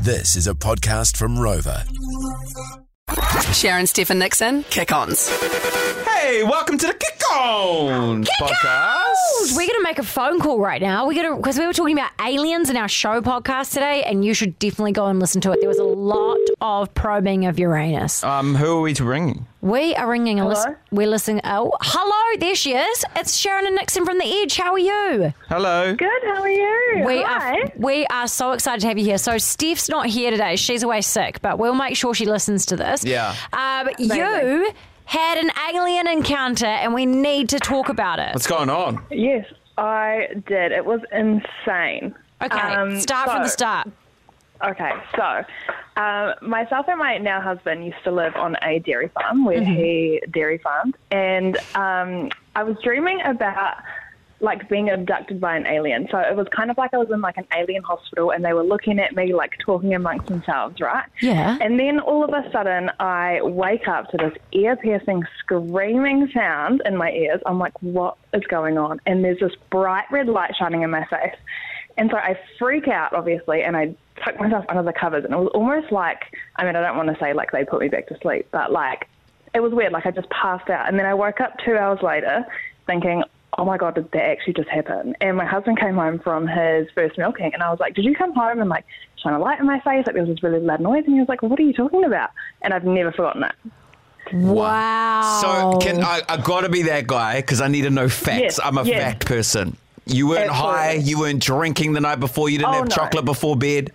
This is a podcast from Rover. Sharon Stephen Nixon, kick ons. Hey, welcome to the Kick On podcast. We're going to make a phone call right now. We're going to because we were talking about aliens in our show podcast today, and you should definitely go and listen to it. There was a lot of probing of Uranus. Um, who are we to ring? we are ringing. A listen, we're listening. Oh, hello! There she is. It's Sharon and Nixon from the Edge. How are you? Hello. Good, how are you? We Hi. are we are so excited to have you here. So Steph's not here today; she's away sick, but we'll make sure she listens to this. Yeah. Um, you had an alien encounter, and we need to talk about it. What's going on? Yes, I did. It was insane. Okay, Um, start from the so- start. Okay, so um, myself and my now husband used to live on a dairy farm where Mm-hmm. he dairy farmed, and um, I was dreaming about like being abducted by an alien. So it was kind of like I was in like an alien hospital, and they were looking at me like talking amongst themselves, right? Yeah. And then all of a sudden, I wake up to this ear piercing screaming sound in my ears. I'm like, what is going on? And there's this bright red light shining in my face. And so I freak out, obviously, and I tuck myself under the covers. And it was almost like I mean, I don't want to say like they put me back to sleep, but like it was weird. Like I just passed out. And then I woke up two hours later thinking, oh my God, did that actually just happen? And my husband came home from his first milking and I was like, did you come home and like shine a light in my face? Like there was this really loud noise. And he was like, what are you talking about? And I've never forgotten it. Wow. So can I, I gotta be that guy because I need to know facts. Yes, I'm a yes. fact person. You weren't Absolutely. high, you weren't drinking the night before, you didn't Oh, have no. chocolate before bed.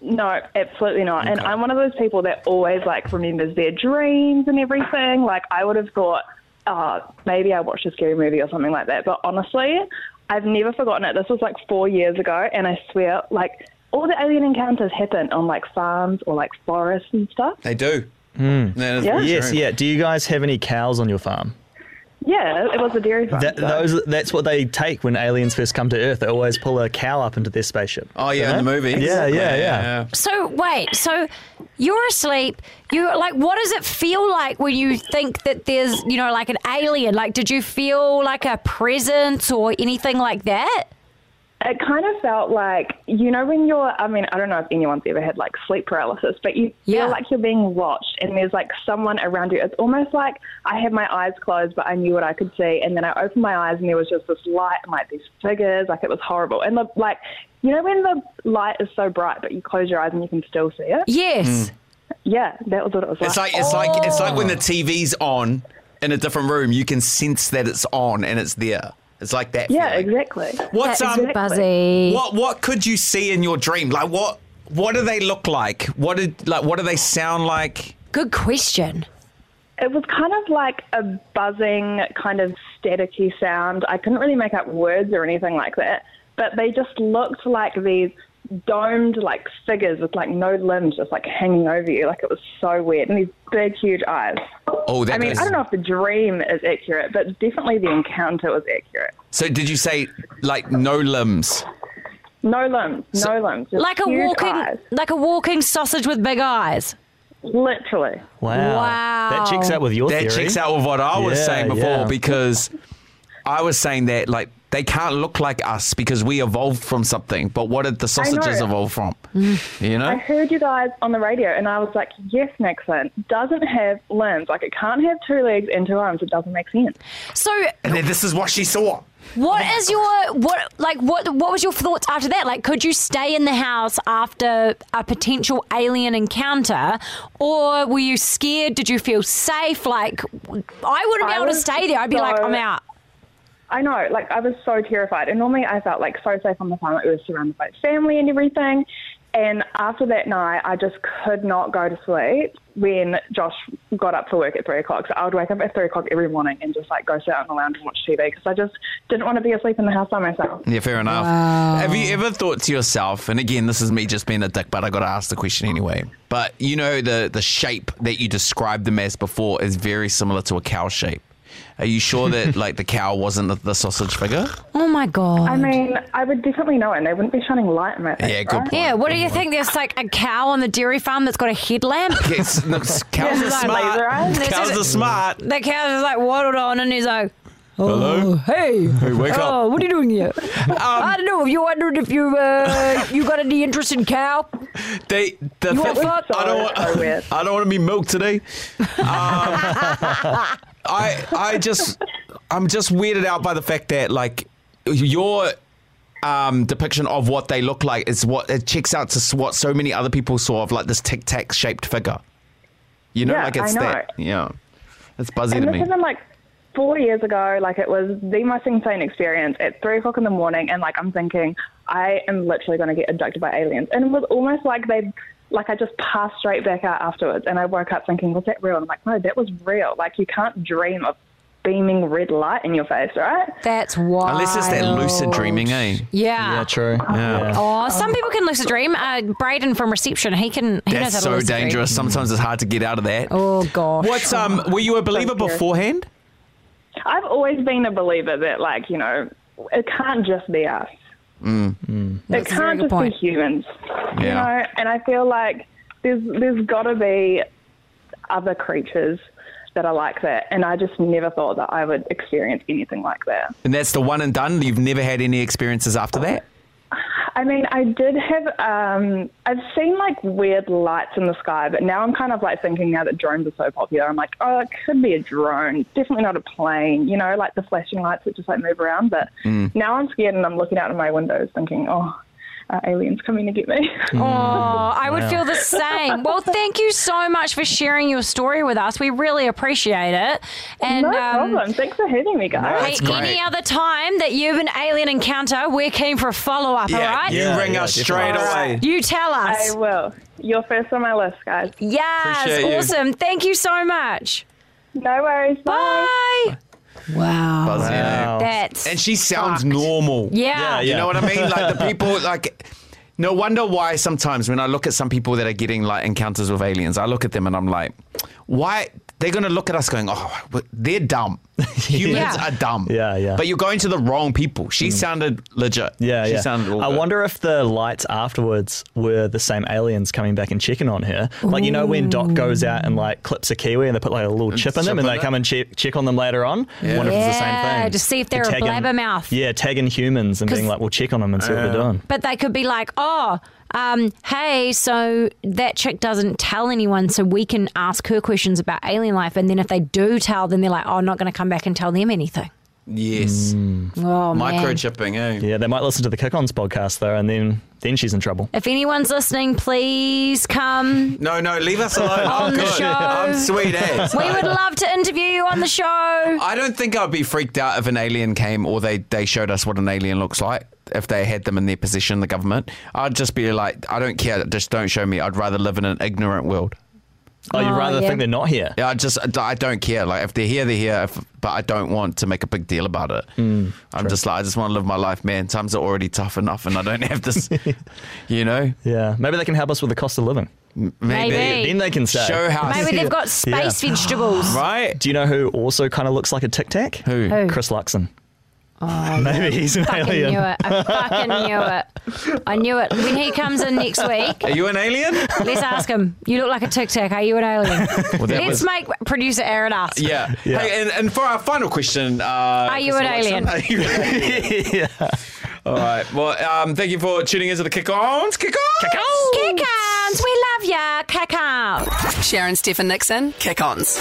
No, absolutely not. And I'm one of those people that always like remembers their dreams and everything. Like I would have thought, uh, maybe I watched a scary movie or something like that. But honestly, I've never forgotten it. This was like four years ago, and I swear, like all the alien encounters happen on like farms or like forests and stuff. They do. That is Yeah. Hmm. Yes, reassuring. yeah. Do you guys have any cows on your farm? Yeah, it was a dairy farm. That, so- those, that's what they take when aliens first come to Earth. They always pull a cow up into their spaceship. Oh yeah, in the movie. Yeah, yeah, yeah. So wait, so you're asleep. You like, what does it feel like when you think that there's, you know, like an alien? Like, did you feel like a presence or anything like that? it kind of felt like you know when you're i mean i don't know if anyone's ever had like sleep paralysis but you Yeah. feel like you're being watched and there's like someone around you it's almost like i had my eyes closed but i knew what i could see and then i opened my eyes and there was just this light and like these figures like it was horrible and the like you know when the light is so bright but you close your eyes and you can still see it Yes. yeah that was what it was It's like it's like it's like when the TV's on in a different room, you can sense that it's on and it's there. It's like that. yeah feeling. exactly What's That Uh, is um, buzzy. What what could you see in your dream? Like what what do they look like? What did like what do they sound like? Good question. It was kind of like a buzzing, kind of staticky sound. I couldn't really make up words or anything like that, but they just looked like these domed like figures with like no limbs just like hanging over you like it was so weird and these big huge eyes Oh, that i mean goes- i don't know if the dream is accurate but definitely the encounter was accurate So did you say like no limbs? no limbs no limbs just Like a huge walking, eyes. like a walking sausage with big eyes. literally Wow. Wow. That checks out with your That theory. checks out with what I was Yeah, saying before yeah. because I was saying that like they can't look like us because we evolved from something. But what did the sausages know. evolve from? you I know? heard you guys on the radio, and I was like, yes, Nixon doesn't have limbs. Like, it can't have two legs and two arms. It doesn't make sense. So, And then this is what she saw. what is your what like what what was your thoughts after that? Like, could you stay in the house after a potential alien encounter, or were you scared? Did you feel safe? Like, I wouldn't be I able to was stay there. I'd be like, so- I'm out. I know, like, I was so terrified. And normally I felt like so safe on the farm. Like, we were surrounded by family and everything. And after that night, I just could not go to sleep when Josh got up for work at three o'clock. So I would wake up at three o'clock every morning and just like go sit out on the lounge and watch TV because I just didn't want to be asleep in the house by myself. Yeah, fair enough. Have you ever thought to yourself, and again, this is me just being a dick, but I got to ask the question anyway. But you know, the, the shape that you described them as before is very similar to a cow shape. Are you sure that like the cow wasn't the, the sausage figure? Oh my god. I mean, I would definitely know, and they wouldn't be shining light in my face. Yeah, good right? point. yeah, what do you think? There's like a cow on the dairy farm that's got a headlamp. Yes, no, cows are Laser smart. eyes. Cows are smart. The cow's just like waddled on and he's like, Hello? Hey. Oh, Hey, wake up. what are you doing here? Um, I don't know. If you're wondering if you uh, you got any interest in cow, They, the You want thi- fuck? I don't So- so want. weird. I don't want to be milked today. Um, I I just I'm just weirded out by the fact that like your um, depiction of what they look like is what it checks out to s- what so many other people saw of like this tic tac shaped figure. You know, Yeah, like it's I know. that. Yeah, it's buzzy And to this me. has been like four years ago. Like it was the most insane experience at three o'clock in the morning, and like I'm thinking, I am literally going to get abducted by aliens. And it was almost like they, like I just passed straight back out afterwards, and I woke up thinking, was that real? And I'm like, no, that was real. Like you can't dream of beaming red light in your face, right? that's why. Unless it's that lucid dreaming, eh? Yeah. Yeah, true. Yeah. Oh, some people can lucid dream. Uh, Braden from reception, he can. He knows how That's to so lucid dream. dangerous. Sometimes it's hard to get out of that. Oh gosh. What's um? Were you a believer Thank you. beforehand? I've always been a believer that, like you know, it can't just be us. It a very can't good just point. be humans. You Yeah. know, and I feel like there's there's got to be other creatures that are like that, and I just never thought that I would experience anything like that. And that's the one and done. You've never had any experiences after that. I mean, I did have um, I've seen like weird lights in the sky, but now I'm kind of like thinking now that drones are so popular, I'm like, oh, it could be a drone, definitely not a plane. You know, like the flashing lights that just like move around. But now I'm scared and I'm looking out of my windows thinking, oh, are aliens coming to get me? Oh, I would feel the same. Well, thank you so much for sharing your story with us. We really appreciate it. And no um, problem. Thanks for having me, guys. hey, any great. other time that you have an alien encounter, we're keen for a follow up, all right? you Yeah, ring yeah, us definitely. straight away. You tell us. I will. You're first on my list, guys. yes, Appreciate you. awesome. Thank you so much. No worries. Bye. Bye. Wow. Buzzy, eh? Wow. That's. And she sounds normal. yeah. Yeah, yeah. You know what I mean? Like the people, like, no wonder why sometimes when I look at some people that are getting like encounters with aliens, I look at them and I'm like, why? They're going to look at us going, oh, but they're dumb. Humans Yeah. are dumb. Yeah, yeah. But you're going to the wrong people. She sounded legit. Yeah, she yeah. sounded all I good. wonder if the lights afterwards were the same aliens coming back and checking on her. Like you know when Doc goes out and like clips a kiwi and they put like a little chip in them chip in and they it. come and check check on them later on. I wonder if it's the same Yeah, thing. to see if they're a tagging- blabbermouth. Yeah, tagging humans and 'Cause- being like, we'll check on them and see what they're doing. But they could be like, oh, um, hey, so that chick doesn't tell anyone, so we can ask her questions about alien life. And then if they do tell, then they're like, oh, I'm not going to come back and tell them anything. Yes. Oh, man. Microchipping, eh? Yeah, they might listen to the Kick Ons podcast though, and then then she's in trouble. If anyone's listening, please come. No, no, leave us alone. On I'm the good. show. I'm sweet ass. We would love to interview you on the show. I don't think I'd be freaked out if an alien came or they, they showed us what an alien looks like. If they had them in their position, the government, I'd just be like, I don't care, just don't show me. I'd rather live in an ignorant world. Oh, you'd Oh, rather yeah. think they're not here. Yeah, I just, I don't care. Like if they're here, they're here. If, but I don't want to make a big deal about it. I'm just like, I just want to live my life, man. Times are already tough enough, and I don't have this, you know. Yeah, maybe they can help us with the cost of living. Maybe, Maybe. Then they can say. show how. Maybe they've got space vegetables. right? Do you know who also kind of looks like a tic tac? Who? Who? Chris Luxon. Oh, maybe he's an I fucking alien. knew it. I fucking knew it. I knew it. When he comes in next week, Are you an alien? let's ask him. You look like a tic tac. Are you an alien? Well, that Let's was- make producer Aaron ask. Yeah. Yeah. Hey, and, and for our final question, uh, are you an alien? Are you an alien? All right. Well, um, thank you for tuning into the Kick Ons. Kick Ons. Kick-ons, we love ya. Kick-ons. Sharon Stephen Nixon, kick ons.